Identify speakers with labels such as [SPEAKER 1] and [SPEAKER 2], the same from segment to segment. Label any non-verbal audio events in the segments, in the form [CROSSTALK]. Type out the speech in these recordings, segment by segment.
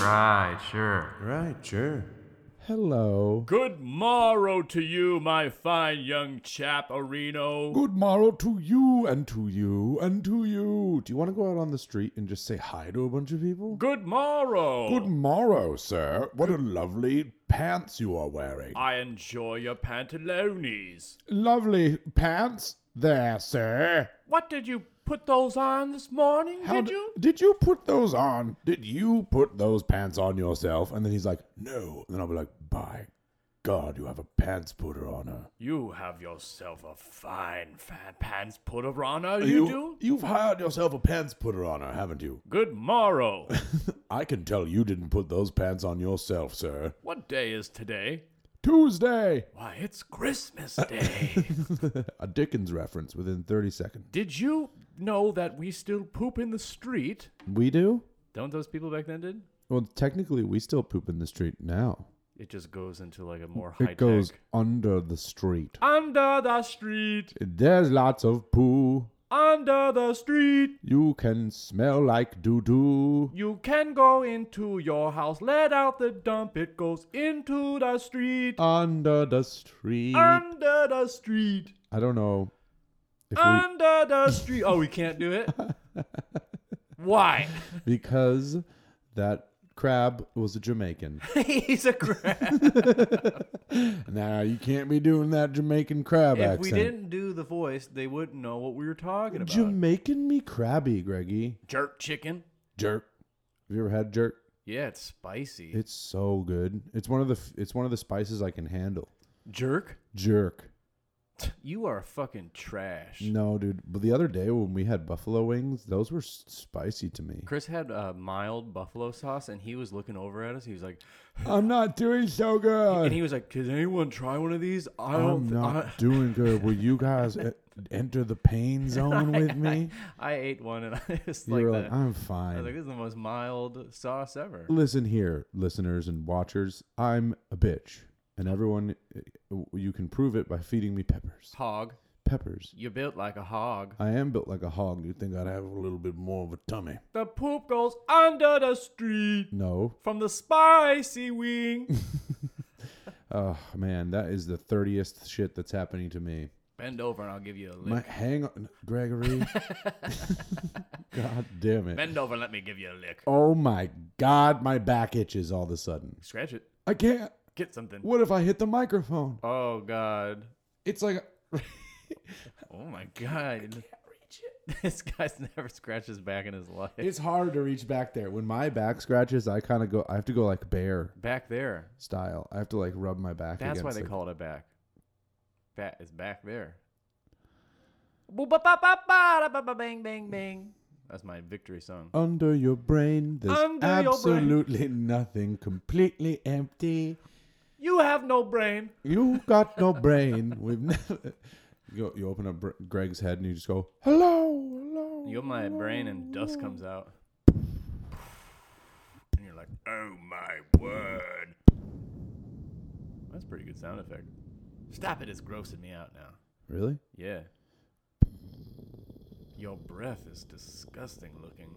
[SPEAKER 1] Right, sure.
[SPEAKER 2] Right, sure.
[SPEAKER 3] Hello.
[SPEAKER 4] Good morrow to you, my fine young chap, Areno.
[SPEAKER 3] Good morrow to you and to you and to you. Do you want to go out on the street and just say hi to a bunch of people?
[SPEAKER 4] Good morrow.
[SPEAKER 3] Good morrow, sir. What a lovely pants you are wearing.
[SPEAKER 4] I enjoy your pantalones.
[SPEAKER 3] Lovely pants there, sir.
[SPEAKER 4] What did you put those on this morning?
[SPEAKER 3] How
[SPEAKER 4] did
[SPEAKER 3] d-
[SPEAKER 4] you?
[SPEAKER 3] Did you put those on? Did you put those pants on yourself? And then he's like, no. And then I'll be like, by God, you have a pants putter on her.
[SPEAKER 4] You have yourself a fine fat pants put on her, you, do?
[SPEAKER 3] You've hired yourself a pants putter on her, haven't you? [LAUGHS]
[SPEAKER 4] Good morrow.
[SPEAKER 3] I can tell you didn't put those pants on yourself, sir.
[SPEAKER 4] what day is today?
[SPEAKER 3] Tuesday. [LAUGHS]
[SPEAKER 4] Why, it's Christmas
[SPEAKER 3] Uh,
[SPEAKER 4] Day.
[SPEAKER 3] a Dickens reference within 30 seconds.
[SPEAKER 4] did you know that we still poop in the street?
[SPEAKER 3] We do?
[SPEAKER 4] Don't those people back then did?
[SPEAKER 3] Well, technically, we still poop in the street now.
[SPEAKER 4] It just goes into like a more high
[SPEAKER 3] it goes
[SPEAKER 4] tech.
[SPEAKER 3] under the street.
[SPEAKER 4] Under the street.
[SPEAKER 3] There's lots of poo.
[SPEAKER 4] Under the street,
[SPEAKER 3] You can smell like doo doo.
[SPEAKER 4] you can go into your house, let out the dump, it goes into the street.
[SPEAKER 3] Under the street.
[SPEAKER 4] Under the street,
[SPEAKER 3] I don't know if we.
[SPEAKER 4] under the street. Oh, we can't
[SPEAKER 3] [LAUGHS]
[SPEAKER 4] do it? Why?
[SPEAKER 3] Because that crab was a Jamaican.
[SPEAKER 4] [LAUGHS]
[SPEAKER 3] [LAUGHS]
[SPEAKER 4] He's a crab.
[SPEAKER 3] now, you can't be doing that Jamaican crab
[SPEAKER 4] If
[SPEAKER 3] accent.
[SPEAKER 4] we didn't do the voice, they wouldn't know what we were talking about.
[SPEAKER 3] Jamaican me crabby, Greggy.
[SPEAKER 4] Jerk chicken?
[SPEAKER 3] Jerk. Have you ever had jerk?
[SPEAKER 4] Yeah, it's spicy.
[SPEAKER 3] It's so good. It's one of the f- it's one of the spices I can handle.
[SPEAKER 4] Jerk?
[SPEAKER 3] Jerk.
[SPEAKER 4] You are fucking trash.
[SPEAKER 3] No, dude. But the other day when we had buffalo wings, those were s- spicy to me.
[SPEAKER 4] Chris had a mild buffalo sauce and he was looking over at us. He was like,
[SPEAKER 3] I'm not doing so good.
[SPEAKER 4] and he was like, "Can anyone try one of these? I
[SPEAKER 3] I'm
[SPEAKER 4] don't. thi-
[SPEAKER 3] not
[SPEAKER 4] I-
[SPEAKER 3] doing
[SPEAKER 4] [LAUGHS]
[SPEAKER 3] good. Will you guys e- enter the pain zone with me?
[SPEAKER 4] I, ate one and [LAUGHS] I just
[SPEAKER 3] You
[SPEAKER 4] like
[SPEAKER 3] were
[SPEAKER 4] that.
[SPEAKER 3] like, I'm Mm.
[SPEAKER 4] I was like,
[SPEAKER 3] fine.
[SPEAKER 4] "This is the most mild sauce ever."
[SPEAKER 3] Listen here, listeners and watchers. I'm a bitch, and everyone, uh, you can prove it by feeding me peppers.
[SPEAKER 4] Hog,
[SPEAKER 3] Peppers.
[SPEAKER 4] you built like a hog.
[SPEAKER 3] I am built like a hog. You'd think I'd have a little bit more of a tummy.
[SPEAKER 4] The poop goes under the street
[SPEAKER 3] No,
[SPEAKER 4] from the
[SPEAKER 3] [LAUGHS]
[SPEAKER 4] spicy wing.
[SPEAKER 3] Oh man, that is the thirtieth shit that's happening to me.
[SPEAKER 4] Bend over and I'll give you a lick.
[SPEAKER 3] My hang on,
[SPEAKER 4] [LAUGHS]
[SPEAKER 3] Gregory. [LAUGHS] God damn it!
[SPEAKER 4] Bend over, and let me give you a lick.
[SPEAKER 3] Oh my god, my back itches all of a sudden.
[SPEAKER 4] Scratch it.
[SPEAKER 3] I can't.
[SPEAKER 4] Get something.
[SPEAKER 3] What if I hit the microphone?
[SPEAKER 4] Oh God.
[SPEAKER 3] It's like [LAUGHS]
[SPEAKER 4] Oh my God. [LAUGHS] This guy's never scratched his back in his life.
[SPEAKER 3] it's hard to reach back there. When my back scratches, I kind of go. I have to go like bear
[SPEAKER 4] back there.
[SPEAKER 3] style. I have to like rub my back.
[SPEAKER 4] That's why
[SPEAKER 3] against
[SPEAKER 4] they
[SPEAKER 3] the-
[SPEAKER 4] call it a back. Fat is back there. Bang bang bang. That's my victory song.
[SPEAKER 3] Under your brain, there's
[SPEAKER 4] Under your brain.
[SPEAKER 3] absolutely nothing. Completely empty.
[SPEAKER 4] You have no brain.
[SPEAKER 3] You got no brain. We've never. You, you open up Br- Greg's head and you just go, hello, hello.
[SPEAKER 4] You have my brain and dust comes out. And you're like, oh my word. That's a pretty good sound effect. Stop it, it's grossing me out now.
[SPEAKER 3] Really?
[SPEAKER 4] Yeah. Your breath is disgusting looking.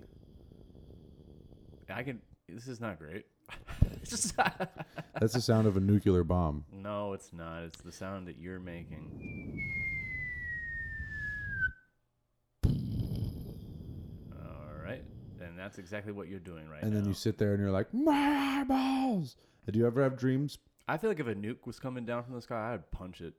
[SPEAKER 4] I can. This is not great. [LAUGHS] It's just-
[SPEAKER 3] [LAUGHS] That's the sound of a nuclear bomb.
[SPEAKER 4] no, it's not. It's the sound that you're making. All right, and that's exactly what you're doing right
[SPEAKER 3] And
[SPEAKER 4] now.
[SPEAKER 3] then you sit there and you're like, my eyeballs. Do you ever have dreams? [LAUGHS]
[SPEAKER 4] I feel like if a nuke was coming down from the sky, I'd punch it.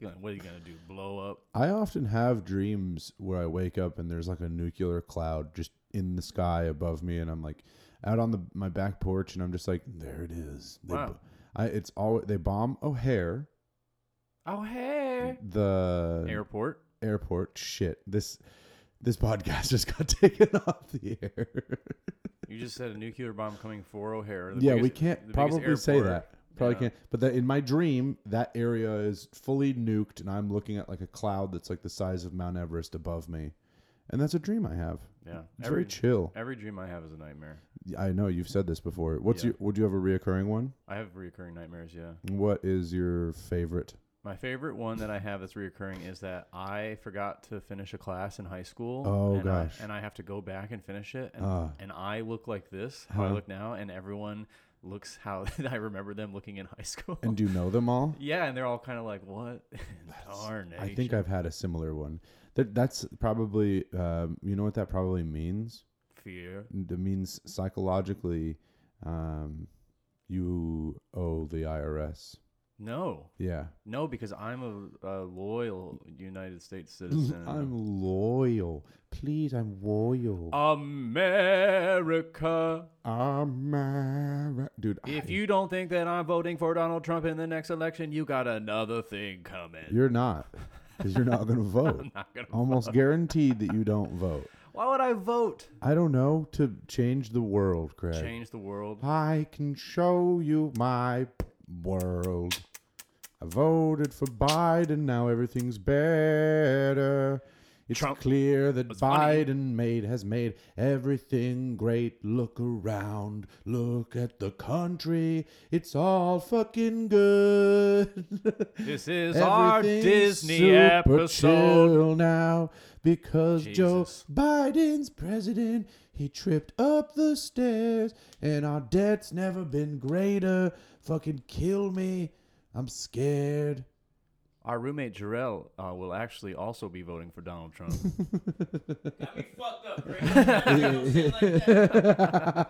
[SPEAKER 4] You're like, what are you gonna do? Blow up?
[SPEAKER 3] I often have dreams where I wake up and there's like a nuclear cloud just in the sky above me, and I'm like out on the my back porch, and I'm just like, there it is. They
[SPEAKER 4] Wow.
[SPEAKER 3] bo- I, it's all they bomb O'Hare, [LAUGHS]
[SPEAKER 4] Oh hey!
[SPEAKER 3] the
[SPEAKER 4] Airport.
[SPEAKER 3] airport. Shit, this this podcast [LAUGHS] just got taken off the air.
[SPEAKER 4] You just said a nuclear bomb coming for O'Hare. the
[SPEAKER 3] yeah, we
[SPEAKER 4] biggest- the
[SPEAKER 3] can't
[SPEAKER 4] biggest
[SPEAKER 3] probably say
[SPEAKER 4] airport.
[SPEAKER 3] that. Probably
[SPEAKER 4] Yeah.
[SPEAKER 3] can't. But that in my dream, that area is fully nuked, and I'm looking at like a cloud that's like the size of Mount Everest above me, and that's a dream I have.
[SPEAKER 4] Yeah,
[SPEAKER 3] It's
[SPEAKER 4] every
[SPEAKER 3] very chill.
[SPEAKER 4] every dream I have is a nightmare.
[SPEAKER 3] I know you've said this before. What's
[SPEAKER 4] Yeah.
[SPEAKER 3] your? Would you have a reoccurring one?
[SPEAKER 4] I have recurring nightmares. Yeah,
[SPEAKER 3] What is your favorite?
[SPEAKER 4] My favorite one that I have that's reoccurring is that I forgot to finish a class in high school.
[SPEAKER 3] Oh,
[SPEAKER 4] and I-
[SPEAKER 3] gosh.
[SPEAKER 4] and I have to go back and finish it, and,
[SPEAKER 3] Ah.
[SPEAKER 4] and I look like this how I
[SPEAKER 3] Huh.
[SPEAKER 4] look now, and everyone looks how [LAUGHS] I remember them looking in high school.
[SPEAKER 3] And do you know them all?
[SPEAKER 4] [LAUGHS] yeah, and they're all kind of like, "What? [LAUGHS] Darn!"
[SPEAKER 3] I think I've had a similar one. That that's probably um, you know what that probably means.
[SPEAKER 4] fear.
[SPEAKER 3] It means psychologically, um, you owe the IRS.
[SPEAKER 4] No,
[SPEAKER 3] Yeah,
[SPEAKER 4] no, because I'm a, a loyal United States citizen.
[SPEAKER 3] [LAUGHS] I'm loyal. Please, I'm loyal.
[SPEAKER 4] Uh, America.
[SPEAKER 3] Ameri- dude,
[SPEAKER 4] If
[SPEAKER 3] I-
[SPEAKER 4] you don't think that I'm voting for Donald Trump in the next election, you got another thing coming.
[SPEAKER 3] you're not, because you're not going to vote.
[SPEAKER 4] [LAUGHS] I'm not gonna.
[SPEAKER 3] Almost guaranteed that you don't vote.
[SPEAKER 4] Why would I vote?
[SPEAKER 3] I don't know to change the world, Craig.
[SPEAKER 4] Change the world.
[SPEAKER 3] I can show you my world. I voted for Biden, now everything's better. It's
[SPEAKER 4] Trump-
[SPEAKER 3] clear that Biden
[SPEAKER 4] funny.
[SPEAKER 3] made has made everything great. Look around, look at the country. It's all fucking good.
[SPEAKER 4] This is our
[SPEAKER 3] Everything's
[SPEAKER 4] Disney
[SPEAKER 3] super
[SPEAKER 4] episode.
[SPEAKER 3] chill now because
[SPEAKER 4] Jesus.
[SPEAKER 3] Joe Biden's president. He tripped up the stairs, and our debt's never been greater. Fucking kill me. I'm scared.
[SPEAKER 4] Our roommate Jarrell uh, will actually also be voting for
[SPEAKER 3] [LAUGHS]
[SPEAKER 4] Donald Trump.
[SPEAKER 2] Got me fucked up, Rick. You don't say it like that.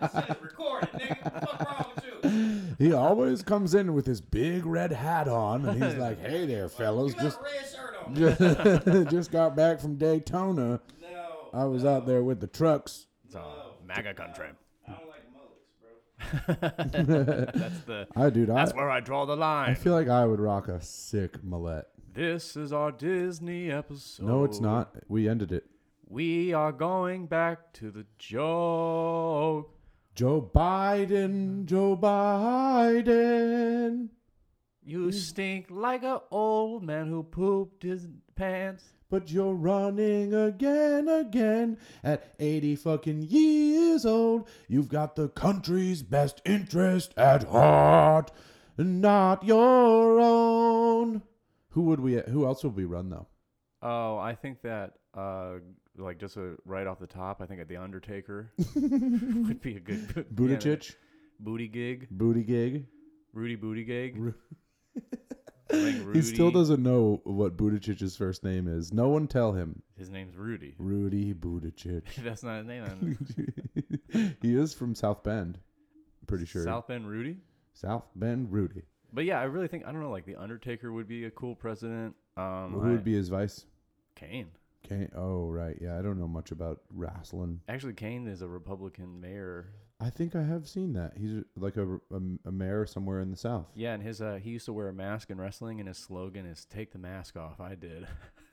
[SPEAKER 2] This shit is recorded, nigga. What the fuck wrong with you?
[SPEAKER 3] He always comes in with his big red hat on, and he's like, "Hey there, fellas.
[SPEAKER 2] You got
[SPEAKER 3] Just
[SPEAKER 2] a red shirt on.
[SPEAKER 3] just, just [LAUGHS] got back from Daytona.
[SPEAKER 2] No.
[SPEAKER 3] I was out there with the trucks."
[SPEAKER 4] It's a MAGA country.
[SPEAKER 2] I don't like mullets, bro.
[SPEAKER 3] [LAUGHS]
[SPEAKER 4] [LAUGHS] That's the.
[SPEAKER 3] I dude, I,
[SPEAKER 4] That's where I draw the
[SPEAKER 3] I
[SPEAKER 4] line.
[SPEAKER 3] feel like I would rock a sick mullet.
[SPEAKER 4] This is our Disney episode.
[SPEAKER 3] No, it's not. We ended it.
[SPEAKER 4] We are going back to the joke.
[SPEAKER 3] Joe Biden, Joe Biden.
[SPEAKER 4] You
[SPEAKER 3] Mm.
[SPEAKER 4] stink like a old man who pooped his pants.
[SPEAKER 3] But you're running again, again at 80 fucking years old. You've got the country's best interest at heart, not your own. Who would we? Who else would we run though?
[SPEAKER 4] Oh, I think that, uh, like, just uh right off the top, I think at
[SPEAKER 3] [LAUGHS]
[SPEAKER 4] The Undertaker would be a good yeah,
[SPEAKER 3] Buttigieg,
[SPEAKER 4] booty gig.
[SPEAKER 3] booty gig.
[SPEAKER 4] Rudy Booty Gig.
[SPEAKER 3] Ru-
[SPEAKER 4] I
[SPEAKER 3] [LAUGHS]
[SPEAKER 4] think
[SPEAKER 3] He still
[SPEAKER 4] Rudy-
[SPEAKER 3] doesn't know what Buttigieg's first name is. No one tell him
[SPEAKER 4] His name's Rudy. [LAUGHS]
[SPEAKER 3] Rudy Buttigieg. [LAUGHS]
[SPEAKER 4] That's not his name. I'm
[SPEAKER 3] he is from South Bend. I'm [LAUGHS] pretty sure.
[SPEAKER 4] South Bend Rudy.
[SPEAKER 3] South Bend Rudy.
[SPEAKER 4] But yeah, I really think I don't know. Like the Undertaker would be a cool president. Um,
[SPEAKER 3] Who
[SPEAKER 4] I-
[SPEAKER 3] would be his vice?
[SPEAKER 4] Kane?
[SPEAKER 3] Kane. Oh, right. Yeah, I don't know much about wrestling.
[SPEAKER 4] Actually, Kane is a Republican mayor.
[SPEAKER 3] I think I have seen that. He's like a, a, a mayor somewhere in the South.
[SPEAKER 4] Yeah, and his uh, he used to wear a mask in wrestling, and his slogan is "Take the mask off." I did.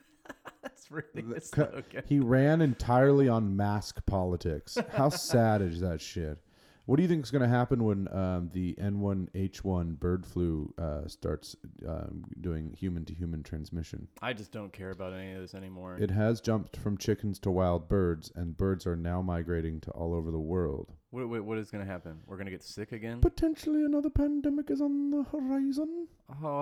[SPEAKER 4] [LAUGHS] That's really
[SPEAKER 3] [LAUGHS]
[SPEAKER 4] his
[SPEAKER 3] Ca-
[SPEAKER 4] slogan.
[SPEAKER 3] He ran entirely on mask politics. How sad is that shit? What do you think is going to happen when um, the N1H1 bird flu uh, starts um, doing human to human transmission?
[SPEAKER 4] I just don't care about any of this anymore.
[SPEAKER 3] It has jumped from chickens to wild birds, and birds are now migrating to all over the world.
[SPEAKER 4] wait, wait, what is gonna happen? We're gonna get sick again.
[SPEAKER 3] Potentially another pandemic is on the horizon.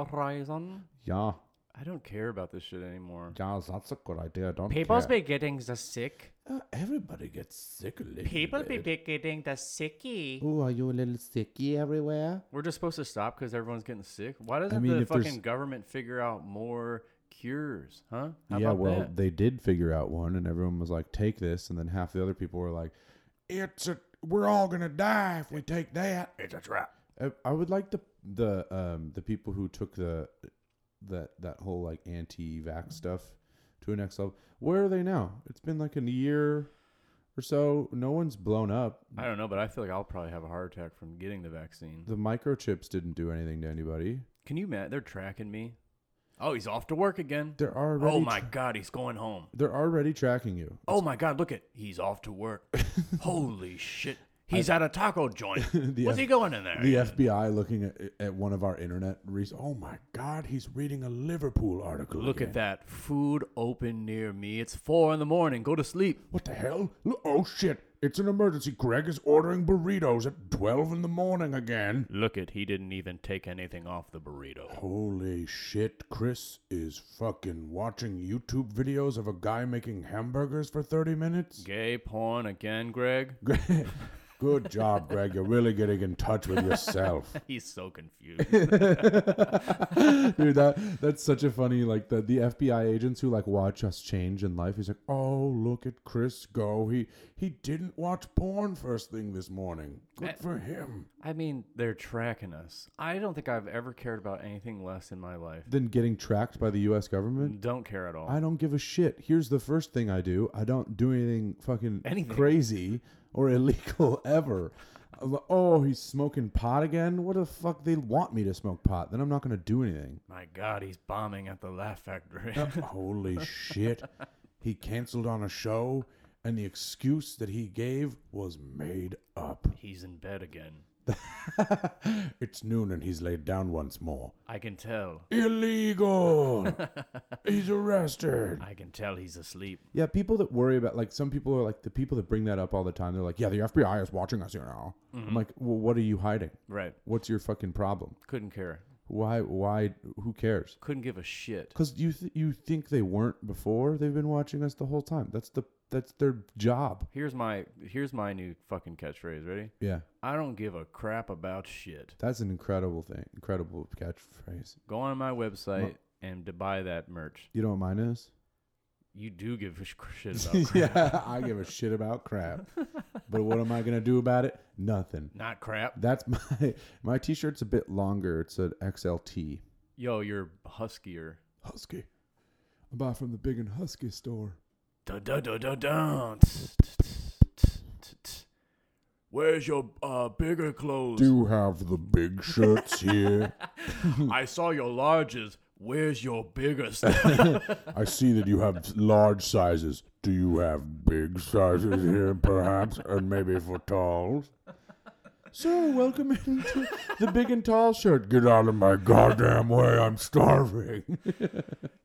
[SPEAKER 4] Horizon.
[SPEAKER 3] Yeah,
[SPEAKER 4] I don't care about this shit anymore.
[SPEAKER 3] yeah, that's a good idea. Don't
[SPEAKER 5] People
[SPEAKER 3] care.
[SPEAKER 5] be getting the sick.
[SPEAKER 3] Uh, everybody gets sick a little
[SPEAKER 5] People be
[SPEAKER 3] bit.
[SPEAKER 5] be getting the sicky.
[SPEAKER 3] Ooh, are you a little sicky everywhere?
[SPEAKER 4] We're just supposed to stop because everyone's getting sick. Why doesn't
[SPEAKER 3] mean,
[SPEAKER 4] the
[SPEAKER 3] if there's-
[SPEAKER 4] fucking government figure out more cures? Huh? How
[SPEAKER 3] yeah,
[SPEAKER 4] about
[SPEAKER 3] well,
[SPEAKER 4] that?
[SPEAKER 3] they did figure out one, and everyone was like, "Take this," and then half the other people were like, "It's a, we're all gonna die if we take that."
[SPEAKER 4] it's a trap.
[SPEAKER 3] I, I would like the the um the people who took the that that whole like anti-vax stuff to a next level. Where are they now? It's been like a year or so. No one's blown up.
[SPEAKER 4] I don't know, but I feel like I'll probably have a heart attack from getting the vaccine.
[SPEAKER 3] The microchips didn't do anything to anybody.
[SPEAKER 4] Can you imagine? They're tracking me. Oh, he's off to work again.
[SPEAKER 3] They're already
[SPEAKER 4] Oh my
[SPEAKER 3] tra-
[SPEAKER 4] God, he's going home.
[SPEAKER 3] they're already tracking you.
[SPEAKER 4] Oh my God, look at he's off
[SPEAKER 3] [LAUGHS]
[SPEAKER 4] to work. Holy shit. He's at a taco joint.
[SPEAKER 3] The
[SPEAKER 4] What's
[SPEAKER 3] F-
[SPEAKER 4] he going in there?
[SPEAKER 3] The FBI looking at, at one of our internet. Re- oh my God, he's reading a Liverpool article.
[SPEAKER 4] Look
[SPEAKER 3] again.
[SPEAKER 4] at that. Food open near me. It's four in the morning. Go to sleep.
[SPEAKER 3] What the hell? Lo- Oh shit! It's an emergency. Greg is ordering burritos at 12 in the morning again.
[SPEAKER 4] Look it, he didn't even take anything off the burrito.
[SPEAKER 3] Holy shit, Chris is fucking watching YouTube videos of a guy making hamburgers for 30 minutes?
[SPEAKER 4] Gay porn again, Greg?
[SPEAKER 3] Greg- Good job, Greg. You're really getting in touch with
[SPEAKER 4] [LAUGHS]
[SPEAKER 3] yourself.
[SPEAKER 4] He's so confused.
[SPEAKER 3] [LAUGHS] Dude, that that's such a funny like the the FBI agents who like watch us change in life. He's like, "Oh, look at Chris go. He he didn't watch porn first thing this morning. Good for him."
[SPEAKER 4] I mean, they're tracking us. I don't think I've ever cared about anything less in my life.
[SPEAKER 3] Then getting tracked by the U.S. government.
[SPEAKER 4] Don't care at all.
[SPEAKER 3] I don't give a shit. Here's the first thing I do. I don't do anything fucking
[SPEAKER 4] Anything.
[SPEAKER 3] crazy or [LAUGHS] illegal ever. I'm like, Oh, he's smoking pot again? What the fuck? They want me to smoke pot. Then I'm not going to do anything.
[SPEAKER 4] My God, he's bombing at the Laugh Factory.
[SPEAKER 3] Holy shit. He canceled on a show, and the excuse that he gave was made up.
[SPEAKER 4] [LAUGHS] he's in bed again.
[SPEAKER 3] it's noon, and he's laid down once more.
[SPEAKER 4] I can tell.
[SPEAKER 3] Illegal! he's arrested.
[SPEAKER 4] I can tell he's asleep.
[SPEAKER 3] Yeah, people that worry about like some people are like the people that bring that up all the time. They're like, "Yeah, the FBI is watching us, you know." I'm like, "Well, what are you hiding?
[SPEAKER 4] Right.
[SPEAKER 3] What's your fucking problem?
[SPEAKER 4] Couldn't care.
[SPEAKER 3] Why? Why? Who cares?"
[SPEAKER 4] Couldn't give a shit.
[SPEAKER 3] Because you th- you think they weren't before? They've been watching us the whole time. That's the that's their job.
[SPEAKER 4] Here's my here's my new fucking catchphrase. Ready?
[SPEAKER 3] Yeah,
[SPEAKER 4] I don't give a crap about shit.
[SPEAKER 3] that's an incredible thing. Incredible catchphrase.
[SPEAKER 4] Go on my website and to buy that merch.
[SPEAKER 3] You know what mine is?
[SPEAKER 4] You do give a [LAUGHS] sh- [LAUGHS] shit
[SPEAKER 3] [LAUGHS]
[SPEAKER 4] about crap.
[SPEAKER 3] yeah, I give a shit about
[SPEAKER 4] [LAUGHS]
[SPEAKER 3] crap. but what am I gonna do about it? Nothing.
[SPEAKER 4] Not crap.
[SPEAKER 3] That's [LAUGHS] my my t-shirt's a bit longer. It's an XLT.
[SPEAKER 4] Yo, you're huskier.
[SPEAKER 3] Husky. I buy from the big and husky store.
[SPEAKER 4] Dun, dun, dun, dun, dun. Where's your uh, bigger clothes?
[SPEAKER 3] Do have the big shirts [LAUGHS] here.
[SPEAKER 4] I saw your larges. Where's your bigger stuff?
[SPEAKER 3] I see that you have large sizes. Do you have big sizes here, perhaps? And maybe for talls? Sir, welcome into the big and tall shirt. Get out of my goddamn way, I'm starving.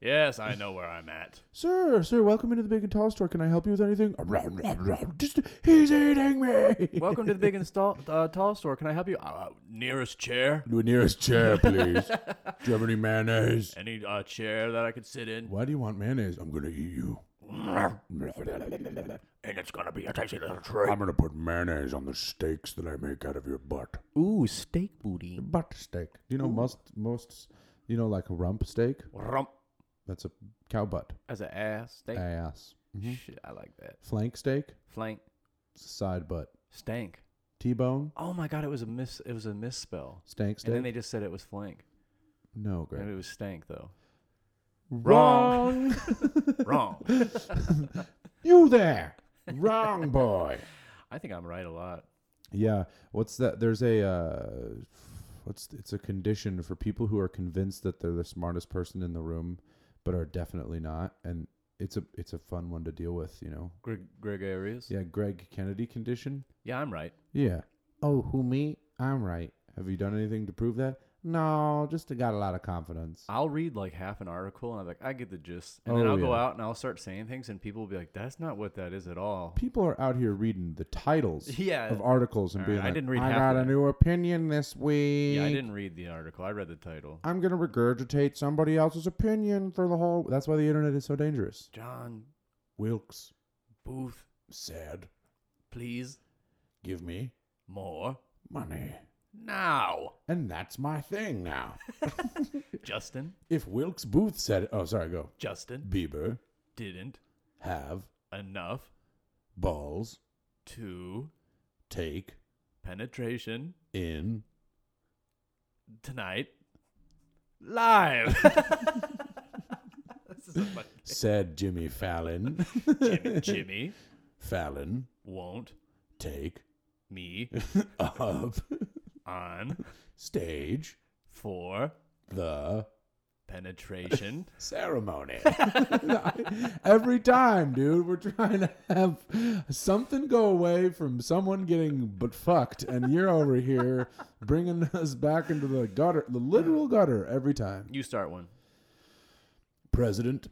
[SPEAKER 4] yes, I know where I'm at.
[SPEAKER 3] sir, sir, welcome into the big and tall store. Can I help you with anything? Just, he's eating me.
[SPEAKER 4] Welcome to the big and stall, uh, tall store. Can I help you? Uh, nearest chair.
[SPEAKER 3] The nearest chair,
[SPEAKER 4] [LAUGHS]
[SPEAKER 3] please. Do you have any mayonnaise?
[SPEAKER 4] Any uh, chair that I could sit in?
[SPEAKER 3] Why do you want mayonnaise? I'm gonna eat you.
[SPEAKER 4] And it's gonna be a tasty little treat.
[SPEAKER 3] I'm gonna put mayonnaise on the steaks that I make out of your butt.
[SPEAKER 5] Ooh, steak booty.
[SPEAKER 3] Butt steak. Do you know most most you know like a rump steak?
[SPEAKER 4] Rump
[SPEAKER 3] That's a cow butt.
[SPEAKER 4] as an ass steak. Mm-hmm.
[SPEAKER 3] Ass. Mm-hmm.
[SPEAKER 4] Shit, I like that.
[SPEAKER 3] Flank steak?
[SPEAKER 4] Flank
[SPEAKER 3] It's a side butt.
[SPEAKER 4] stank.
[SPEAKER 3] T bone?
[SPEAKER 4] Oh my god, it was a miss. It was a misspell.
[SPEAKER 3] Stank steak?
[SPEAKER 4] And then they just said it was flank.
[SPEAKER 3] no,
[SPEAKER 4] Maybe
[SPEAKER 3] Greg.
[SPEAKER 4] it was stank though.
[SPEAKER 3] Wrong.
[SPEAKER 4] [LAUGHS] Wrong.
[SPEAKER 3] you there. Wrong boy. [LAUGHS]
[SPEAKER 4] I think I'm right a lot.
[SPEAKER 3] Yeah. What's that? There's a uh, what's it's a condition for people who are convinced that they're the smartest person in the room, but are definitely not. And it's a it's a fun one to deal with. You know.
[SPEAKER 4] Greg gregarious.
[SPEAKER 3] Yeah, Greg Kennedy condition.
[SPEAKER 4] yeah, I'm right.
[SPEAKER 3] Yeah. Oh, who me? I'm right. Have you done anything to prove that? No, just got a lot of confidence.
[SPEAKER 4] I'll read like half an article and I'm like, I get the gist. And then
[SPEAKER 3] Oh,
[SPEAKER 4] I'll go
[SPEAKER 3] yeah.
[SPEAKER 4] out and I'll start saying things and people will be like, that's not what that is at all.
[SPEAKER 3] People are out here reading the titles
[SPEAKER 4] [LAUGHS] Yeah.
[SPEAKER 3] of articles and
[SPEAKER 4] All right,
[SPEAKER 3] being
[SPEAKER 4] I
[SPEAKER 3] like,
[SPEAKER 4] didn't read
[SPEAKER 3] I
[SPEAKER 4] half
[SPEAKER 3] got
[SPEAKER 4] of
[SPEAKER 3] a
[SPEAKER 4] that."
[SPEAKER 3] new opinion this week.
[SPEAKER 4] Yeah, I didn't read the article. I read the title.
[SPEAKER 3] I'm gonna regurgitate somebody else's opinion for the whole. That's why the internet is so dangerous.
[SPEAKER 4] John
[SPEAKER 3] Wilkes
[SPEAKER 4] Booth,
[SPEAKER 3] said,
[SPEAKER 4] please,
[SPEAKER 3] "Give me
[SPEAKER 4] more
[SPEAKER 3] money,
[SPEAKER 4] now.
[SPEAKER 3] and that's my thing now."
[SPEAKER 4] Justin,
[SPEAKER 3] [LAUGHS] if Wilkes Booth said, "Oh, sorry, go
[SPEAKER 4] Justin
[SPEAKER 3] Bieber
[SPEAKER 4] didn't
[SPEAKER 3] have
[SPEAKER 4] enough
[SPEAKER 3] balls,
[SPEAKER 4] to
[SPEAKER 3] take
[SPEAKER 4] penetration
[SPEAKER 3] in."
[SPEAKER 4] tonight live. [LAUGHS] this is a fun-
[SPEAKER 3] Said Jimmy [LAUGHS] Fallon.
[SPEAKER 4] Jimmy, Jimmy
[SPEAKER 3] Fallon
[SPEAKER 4] won't
[SPEAKER 3] [LAUGHS] take
[SPEAKER 4] me
[SPEAKER 3] up
[SPEAKER 4] on
[SPEAKER 3] stage
[SPEAKER 4] for
[SPEAKER 3] the
[SPEAKER 4] penetration.
[SPEAKER 3] [LAUGHS] ceremony. Every time, dude, we're trying to have something go away from someone getting but fucked, and you're over here bringing us back into the gutter, the literal gutter, every time.
[SPEAKER 4] You start one.
[SPEAKER 3] President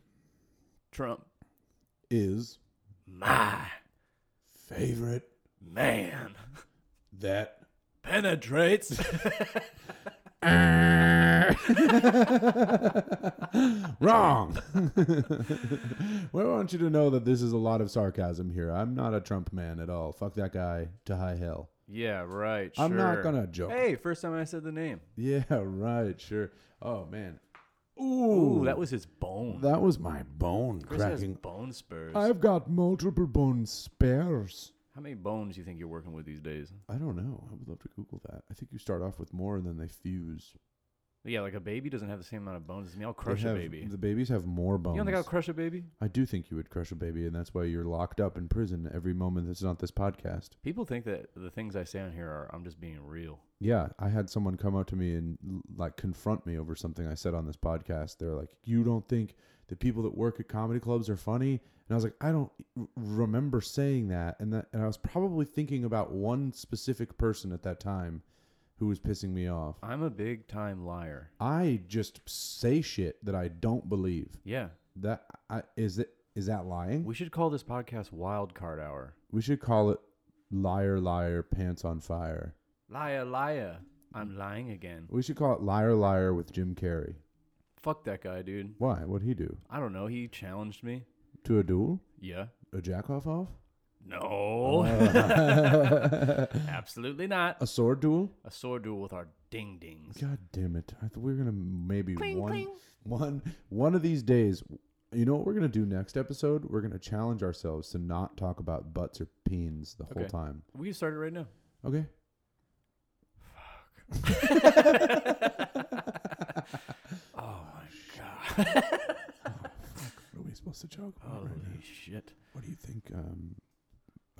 [SPEAKER 4] Trump.
[SPEAKER 3] is
[SPEAKER 4] My
[SPEAKER 3] favorite
[SPEAKER 4] Man, [LAUGHS]
[SPEAKER 3] That
[SPEAKER 4] penetrates.
[SPEAKER 3] [LAUGHS] Wrong. we want you to know that this is a lot of sarcasm here. I'm not a Trump man at all. Fuck that guy to high hell.
[SPEAKER 4] [LAUGHS] yeah, right.
[SPEAKER 3] I'm not
[SPEAKER 4] sure.
[SPEAKER 3] gonna joke.
[SPEAKER 4] Hey, first time I said the name.
[SPEAKER 3] Yeah, [LAUGHS] right, sure. Oh man.
[SPEAKER 4] Ooh, that was his bone.
[SPEAKER 3] That was my bone
[SPEAKER 4] Chris has
[SPEAKER 3] cracking.
[SPEAKER 4] bone spurs.
[SPEAKER 3] I've got multiple bone spares.
[SPEAKER 4] How many bones do you think you're working with these days?
[SPEAKER 3] I don't know. I would love to Google that. I think you start off with more and then they fuse.
[SPEAKER 4] Yeah, like a baby doesn't have the same amount of bones as me. I'll
[SPEAKER 3] They
[SPEAKER 4] crush a
[SPEAKER 3] have-
[SPEAKER 4] baby.
[SPEAKER 3] The babies have more bones.
[SPEAKER 4] You don't think I'll crush a baby?
[SPEAKER 3] I do think you would crush a baby, and that's why you're locked up in prison every moment that's not this podcast.
[SPEAKER 4] People think that the things I say on here are I'm just being real.
[SPEAKER 3] Yeah, I had someone come up to me and l- like confront me over something I said on this podcast. They're like, "You don't think the people that work at comedy clubs are funny?" And I was like, "I don't r- remember saying that." And that, and I was probably thinking about one specific person at that time who was pissing me off.
[SPEAKER 4] I'm a big time liar.
[SPEAKER 3] I just say shit that I don't believe.
[SPEAKER 4] Yeah.
[SPEAKER 3] That I, is it is that lying?
[SPEAKER 4] We should call this podcast Wild Card Hour.
[SPEAKER 3] We should call it liar, liar, pants on fire.
[SPEAKER 4] Liar, liar. I'm lying again.
[SPEAKER 3] We should call it liar, liar with Jim Carrey.
[SPEAKER 4] Fuck that guy, dude.
[SPEAKER 3] Why? What'd he do?
[SPEAKER 4] I don't know. He challenged me.
[SPEAKER 3] To a duel?
[SPEAKER 4] Yeah.
[SPEAKER 3] A jack off off?
[SPEAKER 4] No.
[SPEAKER 3] Oh.
[SPEAKER 4] [LAUGHS] Absolutely not.
[SPEAKER 3] A sword duel?
[SPEAKER 4] A sword duel with our ding dings.
[SPEAKER 3] God damn it. I thought we were going to maybe one, one- one of these days. You know what we're going to do next episode? We're going to challenge ourselves to not talk about butts or peens the whole
[SPEAKER 4] Okay.
[SPEAKER 3] time.
[SPEAKER 4] We can start it right now.
[SPEAKER 3] Okay?
[SPEAKER 4] Oh my god.
[SPEAKER 3] What are we supposed to joke about?
[SPEAKER 4] Holy
[SPEAKER 3] right now?
[SPEAKER 4] shit.
[SPEAKER 3] What do you think um,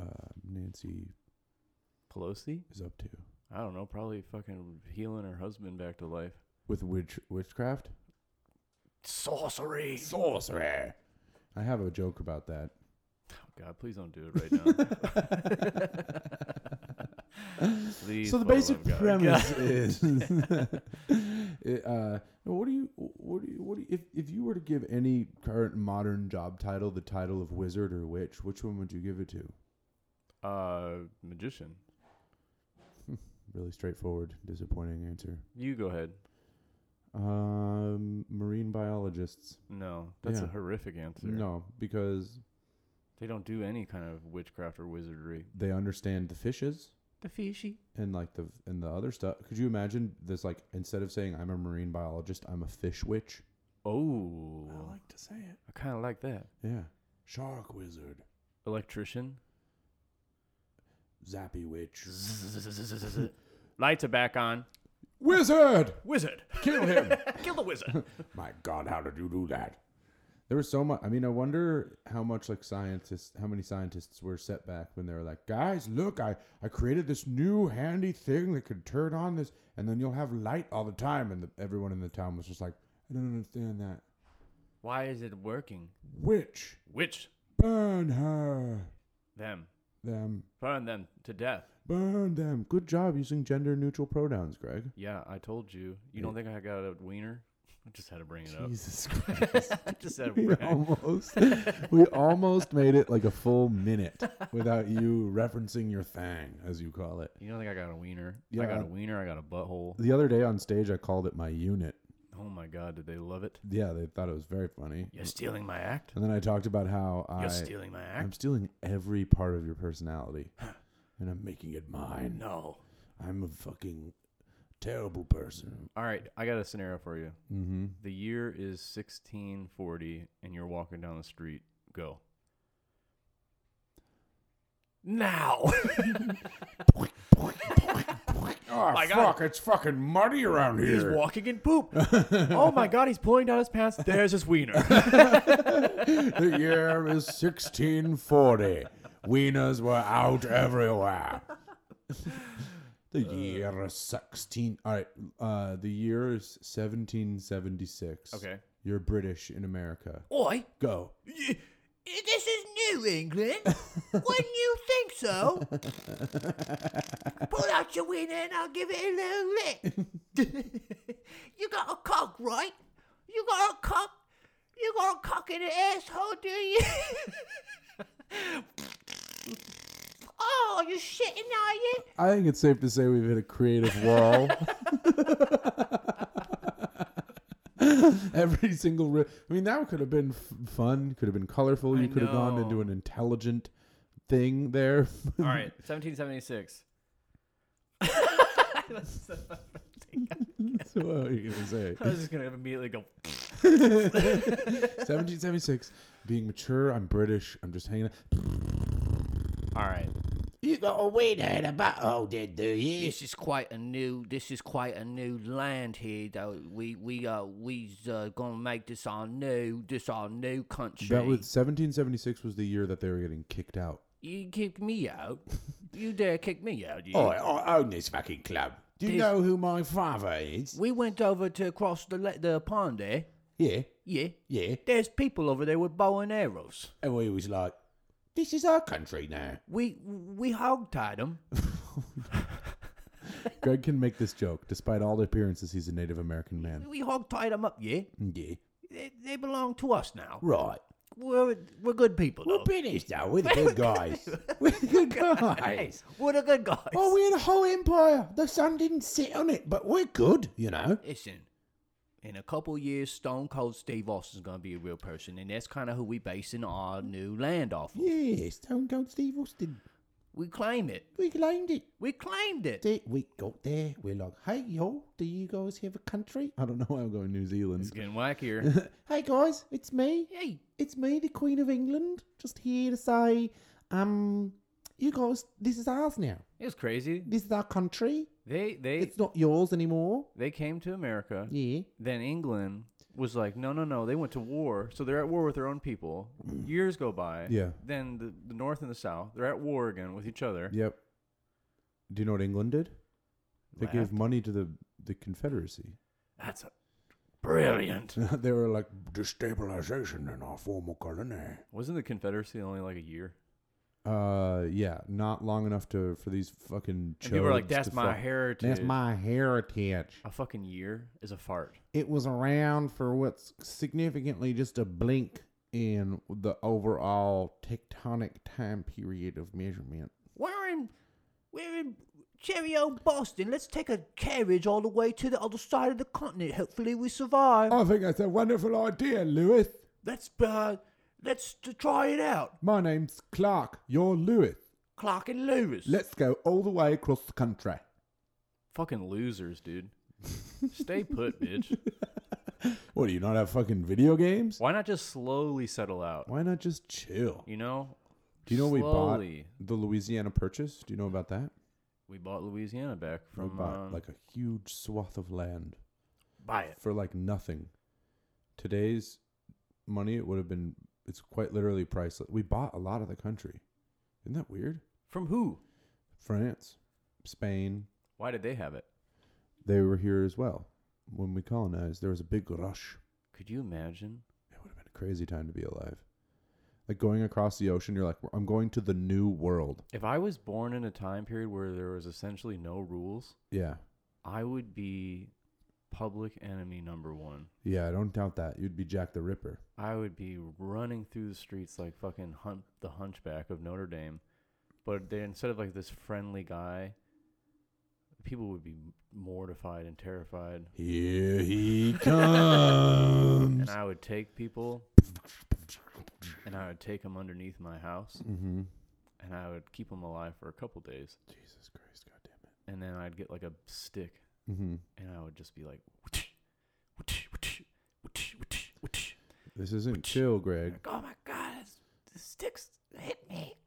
[SPEAKER 3] uh, Nancy
[SPEAKER 4] Pelosi?
[SPEAKER 3] is up to?
[SPEAKER 4] I don't know. Probably fucking healing her husband back to life.
[SPEAKER 3] With witch- witchcraft?
[SPEAKER 4] Sorcery.
[SPEAKER 3] Sorcery. I have a joke about that.
[SPEAKER 4] God, please don't do it right
[SPEAKER 3] [LAUGHS]
[SPEAKER 4] now. Please,
[SPEAKER 3] so the
[SPEAKER 4] for love
[SPEAKER 3] basic
[SPEAKER 4] of God. [LAUGHS]
[SPEAKER 3] premise is, [LAUGHS] it, uh, what do you, what do you, what do you, if, if you were to give any current modern job title the title of wizard or witch, which one would you give it to?
[SPEAKER 4] Uh, magician.
[SPEAKER 3] Really straightforward, disappointing answer.
[SPEAKER 4] You go ahead.
[SPEAKER 3] Um, marine biologists.
[SPEAKER 4] No, that's a
[SPEAKER 3] Yeah.
[SPEAKER 4] horrific answer.
[SPEAKER 3] No, because
[SPEAKER 4] They don't do any kind of witchcraft or wizardry.
[SPEAKER 3] they understand the fishes
[SPEAKER 5] The fishy.
[SPEAKER 3] and like the and the other stuff. Could you imagine this? Like instead of saying I'm a marine biologist, I'm a fish witch.
[SPEAKER 4] Oh, I,
[SPEAKER 3] to say it.
[SPEAKER 4] kind of like that.
[SPEAKER 3] Yeah, shark wizard,
[SPEAKER 4] [LAUGHS] Electrician.
[SPEAKER 3] zappy witch,
[SPEAKER 4] Lights are back on.
[SPEAKER 3] wizard.
[SPEAKER 4] Wizard.
[SPEAKER 3] Kill him.
[SPEAKER 4] [LAUGHS] Kill the wizard.
[SPEAKER 3] My God, how did you do that? There was so much. I mean, I wonder how much like scientists, how many scientists were set back when they were like, guys, look, I, I created this new handy thing that could turn on this, and then you'll have light all the time. And the, everyone in the town was just like, I don't understand that.
[SPEAKER 4] [LAUGHS] Why is it working?
[SPEAKER 3] Witch,
[SPEAKER 4] Witch.
[SPEAKER 3] burn her,
[SPEAKER 4] Them.
[SPEAKER 3] them,
[SPEAKER 4] Burn them to death.
[SPEAKER 3] burn them. Good job using gender neutral pronouns, Greg.
[SPEAKER 4] Yeah, I told you. You don't think I got a wiener? I just had to bring it up.
[SPEAKER 3] Jesus Christ.
[SPEAKER 4] [LAUGHS]
[SPEAKER 3] [LAUGHS]
[SPEAKER 4] I just [LAUGHS] had to
[SPEAKER 3] We
[SPEAKER 4] bring it up.
[SPEAKER 3] almost, we almost made it like a full minute without you referencing your thing, as you call it.
[SPEAKER 4] You don't think I got a wiener? I
[SPEAKER 3] Yeah.
[SPEAKER 4] got a wiener. I got a butthole.
[SPEAKER 3] The other day on stage, I called it my unit.
[SPEAKER 4] Oh my god, did they love it?
[SPEAKER 3] Yeah, they thought it was very funny.
[SPEAKER 4] You're stealing my act.
[SPEAKER 3] And then I talked about how I,
[SPEAKER 4] You're stealing my act.
[SPEAKER 3] I'm stealing every part of your personality, and I'm making it mine.
[SPEAKER 4] No.
[SPEAKER 3] I'm a fucking terrible person.
[SPEAKER 4] All right, I got a scenario for you.
[SPEAKER 3] Mm-hmm.
[SPEAKER 4] The year is 1640, and you're walking down the street. Go. Now. [LAUGHS]
[SPEAKER 3] Oh
[SPEAKER 4] My God.
[SPEAKER 3] fuck! It's fucking muddy around
[SPEAKER 4] he's
[SPEAKER 3] here.
[SPEAKER 4] walking in
[SPEAKER 3] [LAUGHS]
[SPEAKER 4] poop. oh my god, he's pulling down his pants. There's his wiener.
[SPEAKER 3] the year is 1640. Wieners were out everywhere. the
[SPEAKER 4] Uh.
[SPEAKER 3] year is 16. All right. Uh, the year is 1776.
[SPEAKER 4] Okay.
[SPEAKER 3] You're British in America.
[SPEAKER 5] Oi,
[SPEAKER 3] Go.
[SPEAKER 5] this is New
[SPEAKER 3] [LAUGHS]
[SPEAKER 5] England. Wouldn't you think so? Pull out your wiener and I'll give it a little
[SPEAKER 3] [LAUGHS]
[SPEAKER 5] lick. you got a cock, right? You got a cock? You got a cock in an asshole, do you? [LAUGHS] oh, You shitting, are you?
[SPEAKER 3] I think it's safe to say we've hit a
[SPEAKER 4] [LAUGHS]
[SPEAKER 3] creative wall. Every single, ri I mean, that could have been f- fun. Could have been colorful.
[SPEAKER 4] I
[SPEAKER 3] You could have gone
[SPEAKER 4] know.
[SPEAKER 3] into an intelligent thing there.
[SPEAKER 4] All right, 1776. That's so funny.
[SPEAKER 3] so [LAUGHS] what are you gonna say?
[SPEAKER 4] [LAUGHS] I was just gonna immediately go.
[SPEAKER 3] 1776. Being mature, I'm British. I'm just hanging out.
[SPEAKER 4] All right,
[SPEAKER 5] You got a weed head about oh did do you?
[SPEAKER 6] This is quite a new. This is quite a new land here, though. We we uh we's uh, gonna make this our new. This our new country.
[SPEAKER 3] That was 1776 was the year that they were getting kicked out.
[SPEAKER 6] You kicked
[SPEAKER 3] [LAUGHS]
[SPEAKER 6] me out. you dare kick me out? You.
[SPEAKER 3] I own this fucking club. Do you
[SPEAKER 6] This-
[SPEAKER 3] know who my father is?
[SPEAKER 6] We went over to across the le- the pond there.
[SPEAKER 3] Yeah,
[SPEAKER 6] Yeah.
[SPEAKER 3] yeah.
[SPEAKER 6] There's people over there with bow and arrows.
[SPEAKER 3] And we was like, this is our country now.
[SPEAKER 6] We we hogtied them.
[SPEAKER 3] Greg can make this joke. Despite all appearances, he's a Native American man.
[SPEAKER 6] We hogtied them up. Yeah.
[SPEAKER 3] Yeah.
[SPEAKER 6] They, they belong to us now.
[SPEAKER 3] Right.
[SPEAKER 6] We're we're good people though. [LAUGHS]
[SPEAKER 3] British, though. [LAUGHS] We're the good guys. We're the good guys.
[SPEAKER 6] We're the good guys.
[SPEAKER 3] Oh, we had a whole empire. The sun didn't sit on it, but we're good, you know.
[SPEAKER 6] Listen, in a couple years, Stone Cold Steve Austin's gonna be a real person, and that's kind of who we basing our new land off. of.
[SPEAKER 3] Yeah, Stone Cold Steve Austin.
[SPEAKER 6] We claim it.
[SPEAKER 3] We claimed it.
[SPEAKER 6] We claimed it.
[SPEAKER 3] They- We got there. We're like, hey, yo, do you guys have a country? I don't know why I'm going New
[SPEAKER 4] it's
[SPEAKER 3] Zealand.
[SPEAKER 4] getting wackier.
[SPEAKER 3] Hey, guys, it's me.
[SPEAKER 6] Hey,
[SPEAKER 3] it's me, the Queen of England, just here to say, um, you guys, this is ours now.
[SPEAKER 4] It's crazy.
[SPEAKER 3] This is our country.
[SPEAKER 4] They they
[SPEAKER 3] It's not yours anymore.
[SPEAKER 4] they came to America.
[SPEAKER 3] Yeah.
[SPEAKER 4] Then England was like, no, no, no. They went to war, so they're at war with their own people. Years go by.
[SPEAKER 3] Yeah.
[SPEAKER 4] Then the, the North and the South, they're at war again with each other.
[SPEAKER 3] Yep. Do you know what England did? They gave
[SPEAKER 4] Laughed.
[SPEAKER 3] money to the the Confederacy. [LAUGHS]
[SPEAKER 4] That's a brilliant.
[SPEAKER 3] they were like destabilization in our former colony.
[SPEAKER 4] Wasn't the Confederacy only like a year?
[SPEAKER 3] Uh, yeah, not long enough to for these fucking.
[SPEAKER 4] And people are like,
[SPEAKER 3] chodes
[SPEAKER 4] "That's
[SPEAKER 3] to
[SPEAKER 4] my
[SPEAKER 3] fuck-
[SPEAKER 4] heritage."
[SPEAKER 3] That's my heritage.
[SPEAKER 4] A fucking year is a fart.
[SPEAKER 3] it was around for what's significantly just a blink in the overall tectonic time period of measurement.
[SPEAKER 6] we're in we're in cherry old Boston. Let's take a carriage all the way to the other side of the continent. Hopefully, we survive.
[SPEAKER 3] I think that's a wonderful idea, Lewis.
[SPEAKER 6] Let's uh, let's t- try it out.
[SPEAKER 3] My name's Clark. You're Lewis.
[SPEAKER 6] Clark and Lewis.
[SPEAKER 3] Let's go all the way across the country.
[SPEAKER 4] Fucking
[SPEAKER 3] [LAUGHS]
[SPEAKER 4] losers, dude. Stay put, bitch.
[SPEAKER 3] What do you not have fucking video games?
[SPEAKER 4] Why not just slowly settle out?
[SPEAKER 3] Why not just chill?
[SPEAKER 4] You know.
[SPEAKER 3] Do you know we
[SPEAKER 4] Slowly.
[SPEAKER 3] bought the Louisiana Purchase? Do you know about that?
[SPEAKER 4] We bought Louisiana back
[SPEAKER 3] We
[SPEAKER 4] from
[SPEAKER 3] bought
[SPEAKER 4] um,
[SPEAKER 3] uh, like a huge swath of land.
[SPEAKER 4] buy it.
[SPEAKER 3] for like nothing. Today's money, it would have been. It's quite literally priceless. We bought a lot of the country. Isn't that weird?
[SPEAKER 4] From who?
[SPEAKER 3] France, Spain,
[SPEAKER 4] Why did they have it?
[SPEAKER 3] they were here as well. When we colonized, there was a big rush.
[SPEAKER 4] Could you imagine?
[SPEAKER 3] It would have been a crazy time to be alive. Like going across the ocean, you're like, I'm going to the new world.
[SPEAKER 4] If I was born in a time period where there was essentially no rules,
[SPEAKER 3] Yeah.
[SPEAKER 4] I would be public enemy number one.
[SPEAKER 3] Yeah, I don't doubt that. You'd be Jack the Ripper.
[SPEAKER 4] I would be running through the streets like fucking hunt the hunchback of Notre Dame. But they instead of like this friendly guy, people would be mortified and terrified.
[SPEAKER 3] Here he [LAUGHS] comes.
[SPEAKER 4] And I would take people and I would take them underneath my house
[SPEAKER 3] mm-hmm.
[SPEAKER 4] and I would keep them alive for a couple days.
[SPEAKER 3] Jesus Christ, God damn
[SPEAKER 4] And then I'd get like a stick
[SPEAKER 3] it. Mm-hmm.
[SPEAKER 4] and I would just be like,
[SPEAKER 3] This isn't chill, Greg.
[SPEAKER 4] oh my God, it's- the sticks hit me.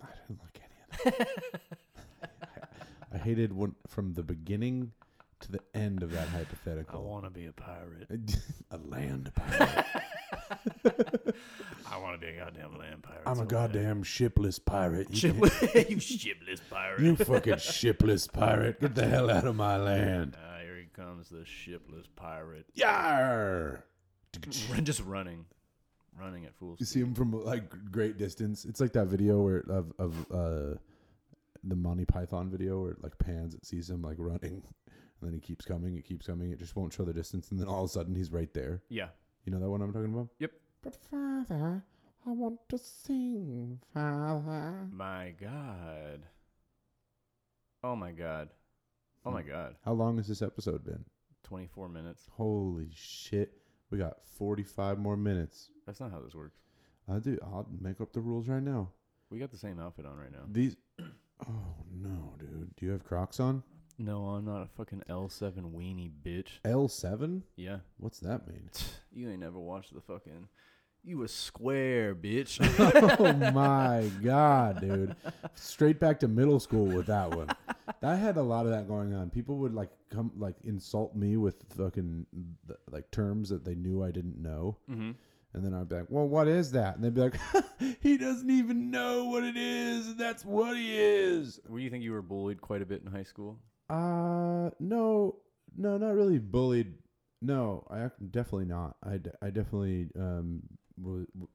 [SPEAKER 3] I didn't like any of that. [LAUGHS] I hated when, from the beginning to the end of that
[SPEAKER 4] I
[SPEAKER 3] hypothetical.
[SPEAKER 4] want to be a pirate.
[SPEAKER 3] [LAUGHS] a land pirate.
[SPEAKER 4] I want to be a goddamn land pirate.
[SPEAKER 3] [LAUGHS] I'm a
[SPEAKER 4] someday.
[SPEAKER 3] goddamn shipless pirate. You,
[SPEAKER 4] [LAUGHS] you shipless pirate.
[SPEAKER 3] you fucking shipless pirate. Get the hell out of my land.
[SPEAKER 4] Ah, here he comes, the shipless pirate. [LAUGHS]
[SPEAKER 3] [LAUGHS] Yar!
[SPEAKER 4] Run- Just running. Running at full
[SPEAKER 3] You
[SPEAKER 4] speed.
[SPEAKER 3] see him from like great distance. It's like that video where of of uh, the Monty Python video where it like pans. It sees him like running, and then he keeps coming. It keeps coming. It just won't show the distance, and then all of a sudden he's right there.
[SPEAKER 4] Yeah.
[SPEAKER 3] You know that one I'm talking about?
[SPEAKER 4] Yep.
[SPEAKER 3] But father, I want to sing, father.
[SPEAKER 4] My God. Oh my god. Oh my god.
[SPEAKER 3] How long has this episode been?
[SPEAKER 4] 24 minutes.
[SPEAKER 3] Holy shit. We got 45 more minutes.
[SPEAKER 4] That's not how this works.
[SPEAKER 3] I do. I'll make up the rules right now.
[SPEAKER 4] We got the same outfit on right now.
[SPEAKER 3] These. [COUGHS] Oh, no, dude. Do you have Crocs on?
[SPEAKER 4] No, I'm not a fucking L7 weenie bitch.
[SPEAKER 3] L7?
[SPEAKER 4] [LAUGHS] Yeah.
[SPEAKER 3] What's that mean? [LAUGHS]
[SPEAKER 4] You ain't never watched the fucking. You a square bitch.
[SPEAKER 3] oh, my God, dude. Straight back to middle school with that one. I had a lot of that going on. People would like come, like insult me with fucking th- like terms that they knew I didn't know.
[SPEAKER 4] [LAUGHS] mm-hmm.
[SPEAKER 3] And then I'd be like, well, what is that? And they'd be like, [LAUGHS] he doesn't even know what it is. And that's what he is.
[SPEAKER 4] Where you think you were bullied quite a bit in high school?
[SPEAKER 3] Uh, no, no, not really bullied. No, I ac- definitely not. I, d- I definitely, um, w- w-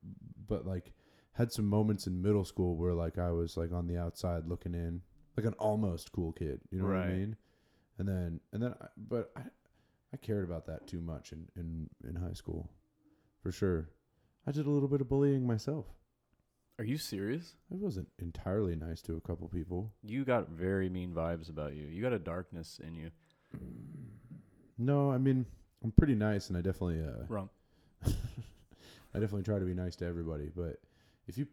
[SPEAKER 3] but like had some moments in middle school where like I was like on the outside looking in, like an almost cool kid. You know what I
[SPEAKER 4] Right.
[SPEAKER 3] mean? And then, and then, I, but I, I cared about that too much in, in, in high school for sure. I did a little bit of bullying myself.
[SPEAKER 4] Are you serious?
[SPEAKER 3] I wasn't entirely nice to a couple people.
[SPEAKER 4] You got very mean vibes about you. You got a darkness in you.
[SPEAKER 3] No, I mean, I'm pretty nice and I definitely, uh,
[SPEAKER 4] Wrong.
[SPEAKER 3] [LAUGHS] I definitely try to be nice to everybody, but if you,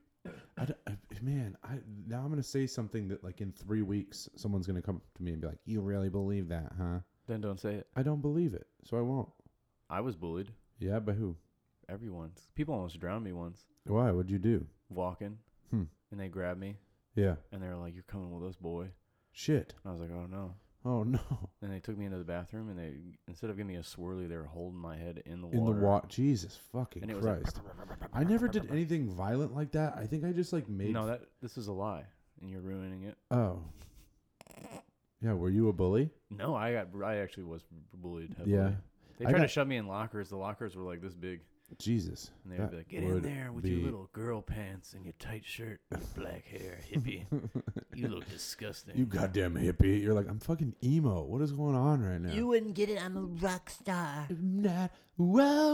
[SPEAKER 3] I, d- I- man, I now I'm gonna say something that like in three weeks someone's gonna come to me and be like, "You really believe that, huh?"
[SPEAKER 4] Then don't say it.
[SPEAKER 3] I don't believe it, so I won't.
[SPEAKER 4] I was bullied.
[SPEAKER 3] Yeah, by who?
[SPEAKER 4] Everyone's. People almost drowned me once
[SPEAKER 3] Why? What'd you do?
[SPEAKER 4] walking,
[SPEAKER 3] Hmm.
[SPEAKER 4] and they grabbed me
[SPEAKER 3] Yeah.
[SPEAKER 4] and they were like, "You're coming with us, boy." And
[SPEAKER 3] Shit.
[SPEAKER 4] I was like, "Oh no."
[SPEAKER 3] Oh no. [LAUGHS]
[SPEAKER 4] And they took me into the bathroom and they instead of giving me a swirly, they were holding my head in the water.
[SPEAKER 3] In the water. Jesus fucking
[SPEAKER 4] And it was like,
[SPEAKER 3] Christ. I never did anything violent like that. I think I just like made.
[SPEAKER 4] No, that this is a lie, and you're ruining it.
[SPEAKER 3] oh. Yeah. Were you a bully?
[SPEAKER 4] No, I got I actually was bullied heavily.
[SPEAKER 3] Yeah.
[SPEAKER 4] They
[SPEAKER 3] I
[SPEAKER 4] tried to
[SPEAKER 3] got-
[SPEAKER 4] shove me in lockers. The lockers were like this big,
[SPEAKER 3] Jesus.
[SPEAKER 4] and they would
[SPEAKER 3] that
[SPEAKER 4] be like, "Get in
[SPEAKER 3] would
[SPEAKER 4] there with
[SPEAKER 3] be-
[SPEAKER 4] your little girl pants and your tight shirt, and your black hair,
[SPEAKER 3] [LAUGHS]
[SPEAKER 4] hippie. you look disgusting."
[SPEAKER 3] You goddamn hippie. You're like, I'm fucking emo. What is going on right now?
[SPEAKER 5] You wouldn't get it. I'm a rock star.
[SPEAKER 3] I'm not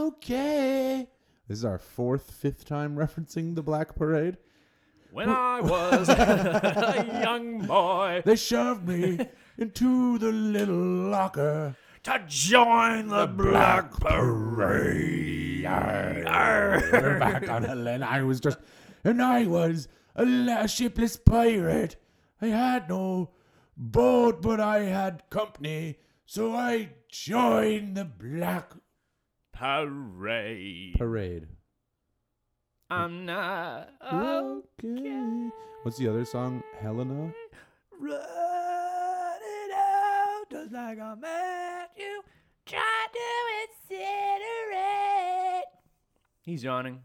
[SPEAKER 3] okay. This is our fourth, fifth time referencing the Black Parade.
[SPEAKER 4] when
[SPEAKER 3] [LAUGHS]
[SPEAKER 4] I was a young boy,
[SPEAKER 3] They shoved me into the little locker.
[SPEAKER 4] to join the
[SPEAKER 3] Black Parade. We're back on Helen. I was just, and I was a la- shipless pirate. I had no boat, but I had company, so I joined the Black
[SPEAKER 4] parade.
[SPEAKER 3] Parade.
[SPEAKER 4] I'm not
[SPEAKER 3] Okay. What's the other song? Helena?
[SPEAKER 4] running out just like I met you. Try to incinerate.
[SPEAKER 3] [LAUGHS]
[SPEAKER 4] He's yawning.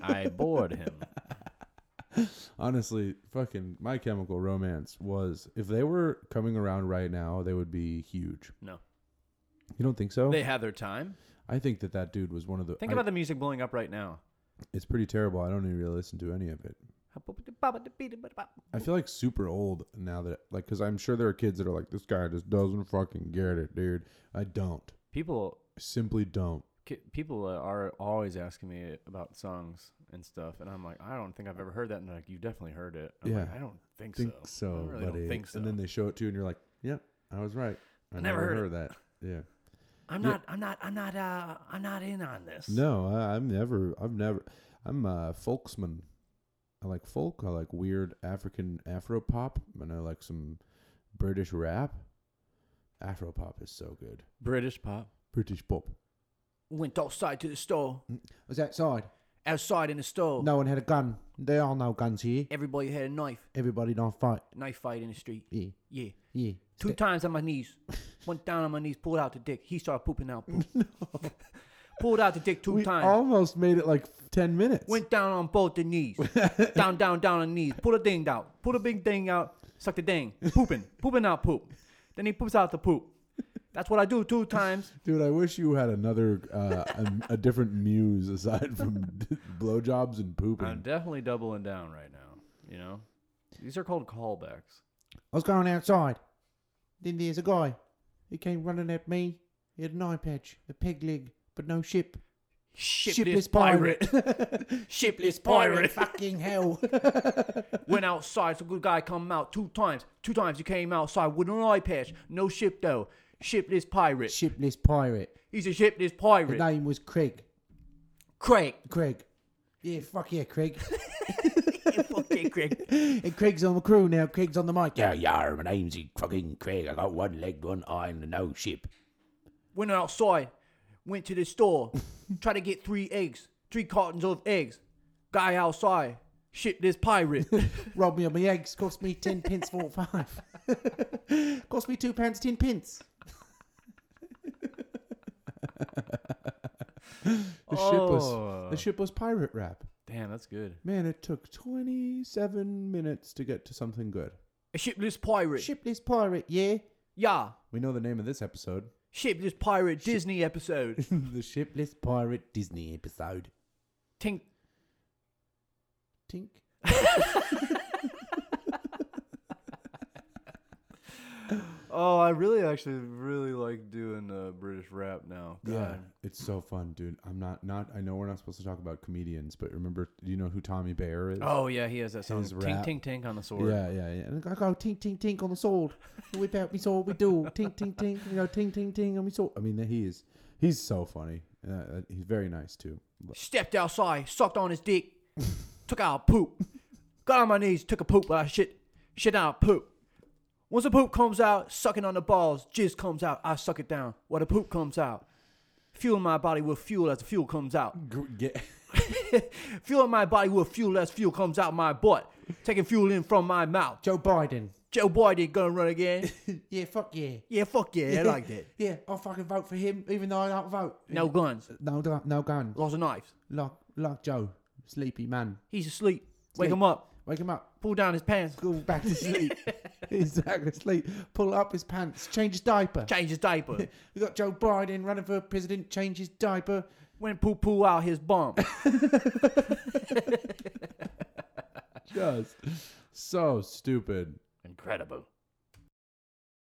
[SPEAKER 4] I bored him.
[SPEAKER 3] Honestly, fucking My Chemical Romance was if they were coming around right now, they would be huge.
[SPEAKER 4] No,
[SPEAKER 3] You don't think so?
[SPEAKER 4] they had their time.
[SPEAKER 3] I think that that dude was one of the.
[SPEAKER 4] Think
[SPEAKER 3] I-
[SPEAKER 4] about the music blowing up right now.
[SPEAKER 3] It's pretty terrible. I don't even really listen to any of it. I feel like super old now that like because I'm sure there are kids that are like this guy just doesn't fucking get it, dude. I don't.
[SPEAKER 4] People,
[SPEAKER 3] I simply don't.
[SPEAKER 4] ki- people uh, are always asking me about songs and stuff, and I'm like, I don't think I've ever heard that. And they're like, you definitely heard it. I'm like,
[SPEAKER 3] Yeah.
[SPEAKER 4] I don't think,
[SPEAKER 3] Think
[SPEAKER 4] so.
[SPEAKER 3] so,
[SPEAKER 4] I really
[SPEAKER 3] buddy.
[SPEAKER 4] don't think so.
[SPEAKER 3] And then they show it to you, and you're like, "Yep, I was right. I,
[SPEAKER 4] never heard it."
[SPEAKER 3] that." Yeah.
[SPEAKER 4] I'm not. I'm not. I'm not. Uh, I'm not in on this.
[SPEAKER 3] No, I, I'm never. I've never. I'm a folksman. I like folk. I like weird African Afro pop, and I like some British rap. Afro pop is so good.
[SPEAKER 4] British pop.
[SPEAKER 3] British pop.
[SPEAKER 6] Went outside to the store.
[SPEAKER 3] was outside.
[SPEAKER 6] Outside in the store.
[SPEAKER 3] Mm. No one had a gun. They all know guns here.
[SPEAKER 6] Everybody had a knife.
[SPEAKER 3] Everybody don't fight.
[SPEAKER 6] Knife fight in the street.
[SPEAKER 3] Yeah,
[SPEAKER 6] Yeah.
[SPEAKER 3] yeah.
[SPEAKER 6] Two times on
[SPEAKER 3] [LAUGHS]
[SPEAKER 6] my knees. Went down on my knees, pulled out the dick. He started pooping out. Poop. [LAUGHS] pulled out the dick two
[SPEAKER 3] We
[SPEAKER 6] times.
[SPEAKER 3] almost made it like ten minutes.
[SPEAKER 6] Went down on both
[SPEAKER 3] [LAUGHS]
[SPEAKER 6] the knees. down, down, down on the knees. Pull the ding out. Pull the big thing out. Suck
[SPEAKER 3] [LAUGHS]
[SPEAKER 6] the ding. Pooping. pooping out poop. Then he poops out the poop. That's what I do two times.
[SPEAKER 3] Dude, I wish you had another, uh, a, a different muse aside from [LAUGHS] blowjobs and pooping.
[SPEAKER 4] I'm definitely doubling down right now. You know, these are called callbacks.
[SPEAKER 3] I was going outside. Then there's a guy. He came running at me. He had an eye patch, a peg leg, but no ship. Shipless pirate. [LAUGHS]
[SPEAKER 6] Shipless
[SPEAKER 3] Fucking hell.
[SPEAKER 6] Went outside, so good guy come out two times. Two times he came outside with an eye patch. No ship though. Shipless pirate.
[SPEAKER 3] Shipless pirate.
[SPEAKER 6] He's a shipless
[SPEAKER 3] His
[SPEAKER 6] pirate.
[SPEAKER 3] name was Craig. [LAUGHS]
[SPEAKER 6] Craig.
[SPEAKER 3] Craig. Yeah, fuck yeah,
[SPEAKER 7] [LAUGHS]
[SPEAKER 3] Craig.
[SPEAKER 6] Fucking Craig.
[SPEAKER 3] and Craig's on the crew now. Craig's on the mic.
[SPEAKER 7] Yeah, yeah, my name's fucking Craig. I got one leg, one eye, and no ship.
[SPEAKER 6] Went outside. Went to the store. tried to get three eggs. Three cartons of eggs. Guy outside. Shipless
[SPEAKER 3] [LAUGHS]
[SPEAKER 6] pirate.
[SPEAKER 3] Robbed me of my eggs. Cost me
[SPEAKER 7] [LAUGHS]
[SPEAKER 3] ten pence for five. [LAUGHS] Cost me two pounds ten pence. the ship was
[SPEAKER 4] Oh.
[SPEAKER 3] the ship was pirate rap.
[SPEAKER 4] Damn, that's good.
[SPEAKER 3] Man, it took twenty seven minutes to get to something good.
[SPEAKER 6] a shipless pirate.
[SPEAKER 3] Shipless pirate,
[SPEAKER 7] [LAUGHS]
[SPEAKER 3] yeah.
[SPEAKER 6] yeah.
[SPEAKER 3] We know the name of this episode.
[SPEAKER 6] Shipless pirate
[SPEAKER 3] [LAUGHS]
[SPEAKER 6] Disney episode.
[SPEAKER 3] the shipless pirate Disney episode.
[SPEAKER 6] Tink.
[SPEAKER 3] Tink.
[SPEAKER 4] Oh, I really actually really like doing uh, British rap now.
[SPEAKER 3] Yeah,
[SPEAKER 4] God.
[SPEAKER 3] it's so fun, dude. I'm not not. I know we're not supposed to talk about comedians, but remember, do you know who Tommy Bear is?
[SPEAKER 4] Oh yeah, he has that song.
[SPEAKER 3] His
[SPEAKER 4] Tink
[SPEAKER 3] rap.
[SPEAKER 4] tink tink on the sword.
[SPEAKER 3] Yeah, yeah, yeah. And I go tink tink tink on the sword. Whip out me sword, we do tink tink tink. You know, tink tink tink on me sword. I mean, he is he's so funny. Uh, Uh, he's very nice too.
[SPEAKER 6] Stepped outside. Sucked on his dick. [LAUGHS] took out a poop. Got on my knees. Took a poop. But I shit. Shit out a poop. Once the poop comes out, sucking on the balls, jizz comes out. I suck it down. While the poop comes out, fuel my body with fuel as the fuel comes out. [LAUGHS]
[SPEAKER 3] Gr- Get,
[SPEAKER 6] Fuel my body with fuel as fuel comes out my butt. Taking fuel in from my mouth.
[SPEAKER 3] Joe
[SPEAKER 6] [LAUGHS]
[SPEAKER 3] Biden.
[SPEAKER 6] Joe Boyd ain't gonna run again.
[SPEAKER 3] Yeah, fuck yeah.
[SPEAKER 6] Yeah, fuck yeah, I like that.
[SPEAKER 3] [LAUGHS] Yeah, I'll fucking vote for him, even though I don't vote.
[SPEAKER 6] No guns,
[SPEAKER 3] No, gu- no gun.
[SPEAKER 6] lots of knives.
[SPEAKER 3] Like, like Joe, sleepy man.
[SPEAKER 6] He's asleep. Wake
[SPEAKER 3] Sleep.
[SPEAKER 6] him up.
[SPEAKER 3] Wake him up.
[SPEAKER 6] Pull down his pants.
[SPEAKER 3] Go back to sleep. he's back to sleep. Pull up his pants. Change his diaper.
[SPEAKER 6] Change his diaper.
[SPEAKER 3] We got Joe Biden running for president. Change his diaper.
[SPEAKER 6] Went poo poo out his bum.
[SPEAKER 3] Just so stupid.
[SPEAKER 4] Incredible.